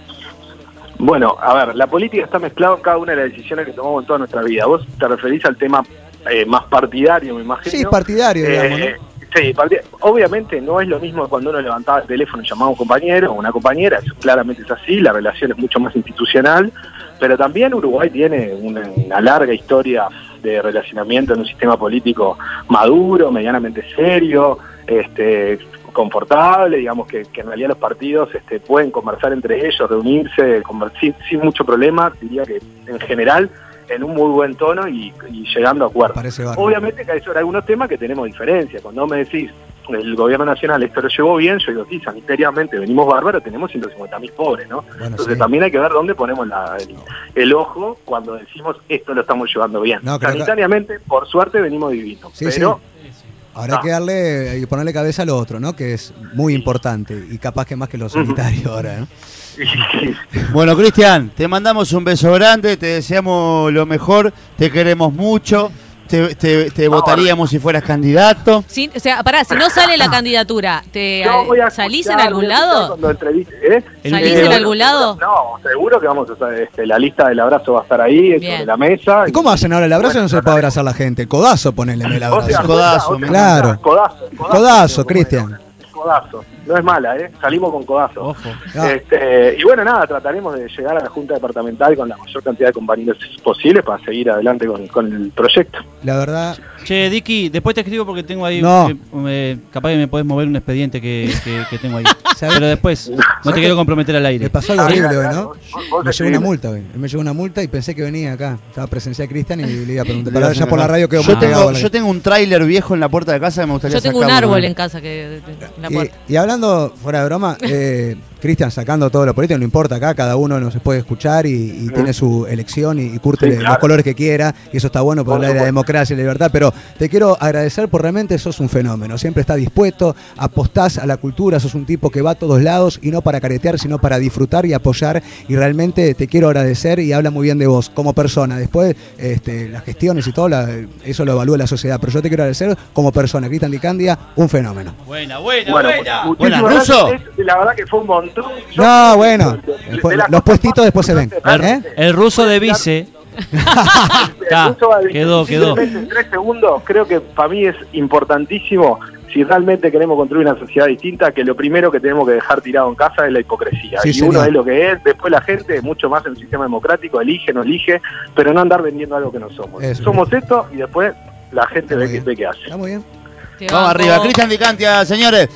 [SPEAKER 4] Bueno, a ver, la política está mezclada en cada una de las decisiones que tomamos en toda nuestra vida. Vos te referís al tema eh, más partidario, me imagino.
[SPEAKER 2] Sí, partidario, digamos,
[SPEAKER 4] Eh, Sí, parti- obviamente no es lo mismo cuando uno levantaba el teléfono y llamaba a un compañero o una compañera, eso claramente es así, la relación es mucho más institucional, pero también Uruguay tiene una, una larga historia de relacionamiento en un sistema político maduro, medianamente serio, este confortable, digamos que, que en realidad los partidos este, pueden conversar entre ellos, reunirse, conversar sin, sin mucho problema, diría que en general en un muy buen tono y, y llegando a acuerdos.
[SPEAKER 2] Parece bárbaro.
[SPEAKER 4] Obviamente que hay sobre algunos temas que tenemos diferencias. Cuando me decís, el gobierno nacional esto lo llevó bien, yo digo, sí, sanitariamente venimos bárbaros, tenemos 150.000 pobres, ¿no?
[SPEAKER 2] Bueno,
[SPEAKER 4] Entonces
[SPEAKER 2] sí.
[SPEAKER 4] también hay que ver dónde ponemos la- el, el ojo cuando decimos esto lo estamos llevando bien.
[SPEAKER 2] No, creo que-
[SPEAKER 4] sanitariamente, por suerte, venimos divinos.
[SPEAKER 2] Sí,
[SPEAKER 4] pero
[SPEAKER 2] Ahora hay que darle, hay que ponerle cabeza al otro, ¿no? Que es muy importante y capaz que más que lo sanitario ahora, ¿no?
[SPEAKER 4] <laughs>
[SPEAKER 1] Bueno, Cristian, te mandamos un beso grande, te deseamos lo mejor, te queremos mucho, te, te- te votaríamos si fueras candidato.
[SPEAKER 5] Si- o sea, pará, si no sale la candidatura, ¿te,
[SPEAKER 4] yo voy a
[SPEAKER 5] ¿salís en
[SPEAKER 4] escuchar, voy
[SPEAKER 5] algún
[SPEAKER 4] a escuchar
[SPEAKER 5] lado?
[SPEAKER 4] cuando entreviste, ¿eh?
[SPEAKER 3] El
[SPEAKER 5] ¿Salís
[SPEAKER 3] video-
[SPEAKER 5] en algún lado?
[SPEAKER 4] No, seguro que vamos a hacer, este, la lista del abrazo va a estar ahí,
[SPEAKER 5] Bien.
[SPEAKER 4] sobre la mesa.
[SPEAKER 2] ¿Y cómo hacen ahora el abrazo? No se puede abrazar la gente. Codazo, ponele en el
[SPEAKER 4] O sea,
[SPEAKER 2] abrazo.
[SPEAKER 1] Codazo,
[SPEAKER 4] o sea,
[SPEAKER 2] claro.
[SPEAKER 4] Codazo,
[SPEAKER 2] Codazo, Cristian.
[SPEAKER 4] Codazo. No es mala, ¿eh? Salimos con codazo.
[SPEAKER 3] Ojo.
[SPEAKER 2] Ah.
[SPEAKER 4] Este, y bueno, nada, trataremos de llegar a la Junta Departamental con la mayor cantidad de compañeros posibles para seguir adelante con, con el proyecto.
[SPEAKER 2] La verdad,
[SPEAKER 3] Che, Dicky, después te escribo porque tengo ahí.
[SPEAKER 2] No.
[SPEAKER 3] eh, eh, capaz que me podés mover un expediente que, que- que tengo ahí.
[SPEAKER 2] <laughs> ¿Sabés?
[SPEAKER 3] Pero después, no te quiero comprometer al aire.
[SPEAKER 2] me pasó algo
[SPEAKER 4] Ah,
[SPEAKER 2] horrible,
[SPEAKER 4] claro,
[SPEAKER 2] hoy,
[SPEAKER 4] claro.
[SPEAKER 2] ¿no?
[SPEAKER 4] Vos- vos
[SPEAKER 2] Me llegó una
[SPEAKER 4] escribí-
[SPEAKER 2] multa, hoy. Me llegó una multa y pensé que venía acá. Estaba presencial Cristian y le iba a preguntar.
[SPEAKER 1] Le
[SPEAKER 2] Pero
[SPEAKER 1] iba a
[SPEAKER 2] ya
[SPEAKER 1] hacer
[SPEAKER 2] por la
[SPEAKER 1] acá.
[SPEAKER 2] radio quedó
[SPEAKER 1] Yo
[SPEAKER 2] muy pegado
[SPEAKER 1] tengo,
[SPEAKER 2] a la-
[SPEAKER 1] yo tengo un tráiler viejo en la puerta de casa que me gustaría
[SPEAKER 5] Yo tengo un
[SPEAKER 1] sacar uno.
[SPEAKER 5] árbol en casa que en
[SPEAKER 1] Eh,
[SPEAKER 5] la puerta.
[SPEAKER 2] Y, y hablando, fuera de
[SPEAKER 5] <laughs>
[SPEAKER 2] broma, eh, Cristian, sacando todo lo político, no importa acá, cada uno nos puede escuchar y, y tiene su elección y, y curte
[SPEAKER 4] Sí,
[SPEAKER 2] los
[SPEAKER 4] claro.
[SPEAKER 2] colores que quiera, y eso está bueno por
[SPEAKER 4] Por
[SPEAKER 2] hablar de la
[SPEAKER 4] supuesto.
[SPEAKER 2] democracia y la libertad, pero te quiero agradecer por realmente sos un fenómeno, siempre estás dispuesto, apostás a la cultura, sos un tipo que va a todos lados y no para caretear, sino para disfrutar y apoyar, y realmente te quiero agradecer y habla muy bien de vos como persona, después este, las gestiones y todo, la- eso lo evalúa la sociedad, pero yo te quiero agradecer como persona, Cristian Dicandia, un fenómeno.
[SPEAKER 3] Buena, buena,
[SPEAKER 4] Bueno, pues,
[SPEAKER 3] buena.
[SPEAKER 4] muchísimas
[SPEAKER 1] Buena,
[SPEAKER 4] gracias.
[SPEAKER 1] Ruso.
[SPEAKER 4] Es- La verdad que fue un montón. Yo-
[SPEAKER 2] No, bueno,
[SPEAKER 4] de- de-
[SPEAKER 2] después-
[SPEAKER 4] de las
[SPEAKER 2] los
[SPEAKER 4] cosas
[SPEAKER 2] puestitos
[SPEAKER 4] más
[SPEAKER 2] después se ven.
[SPEAKER 4] importantes de la
[SPEAKER 2] ¿Eh?
[SPEAKER 4] noche.
[SPEAKER 3] El ruso de vice. <laughs> Está,
[SPEAKER 4] Incluso va a decir
[SPEAKER 3] quedó, quedó.
[SPEAKER 4] simplemente En tres segundos, creo que para mí es importantísimo, si realmente queremos construir una sociedad distinta, que lo primero que tenemos que dejar tirado en casa es la hipocresía.
[SPEAKER 2] Sí,
[SPEAKER 4] y
[SPEAKER 2] señor.
[SPEAKER 4] uno es lo que es, después la gente, mucho más en el sistema democrático, elige, no elige, pero no andar vendiendo algo que no somos.
[SPEAKER 2] Eso.
[SPEAKER 4] somos esto y después la gente
[SPEAKER 2] Está
[SPEAKER 4] ve
[SPEAKER 2] muy
[SPEAKER 4] que,
[SPEAKER 2] bien.
[SPEAKER 4] ve qué hace.
[SPEAKER 2] Está muy bien.
[SPEAKER 5] Te
[SPEAKER 1] Vamos
[SPEAKER 5] banco.
[SPEAKER 1] arriba, Cristian Dicantia, señores.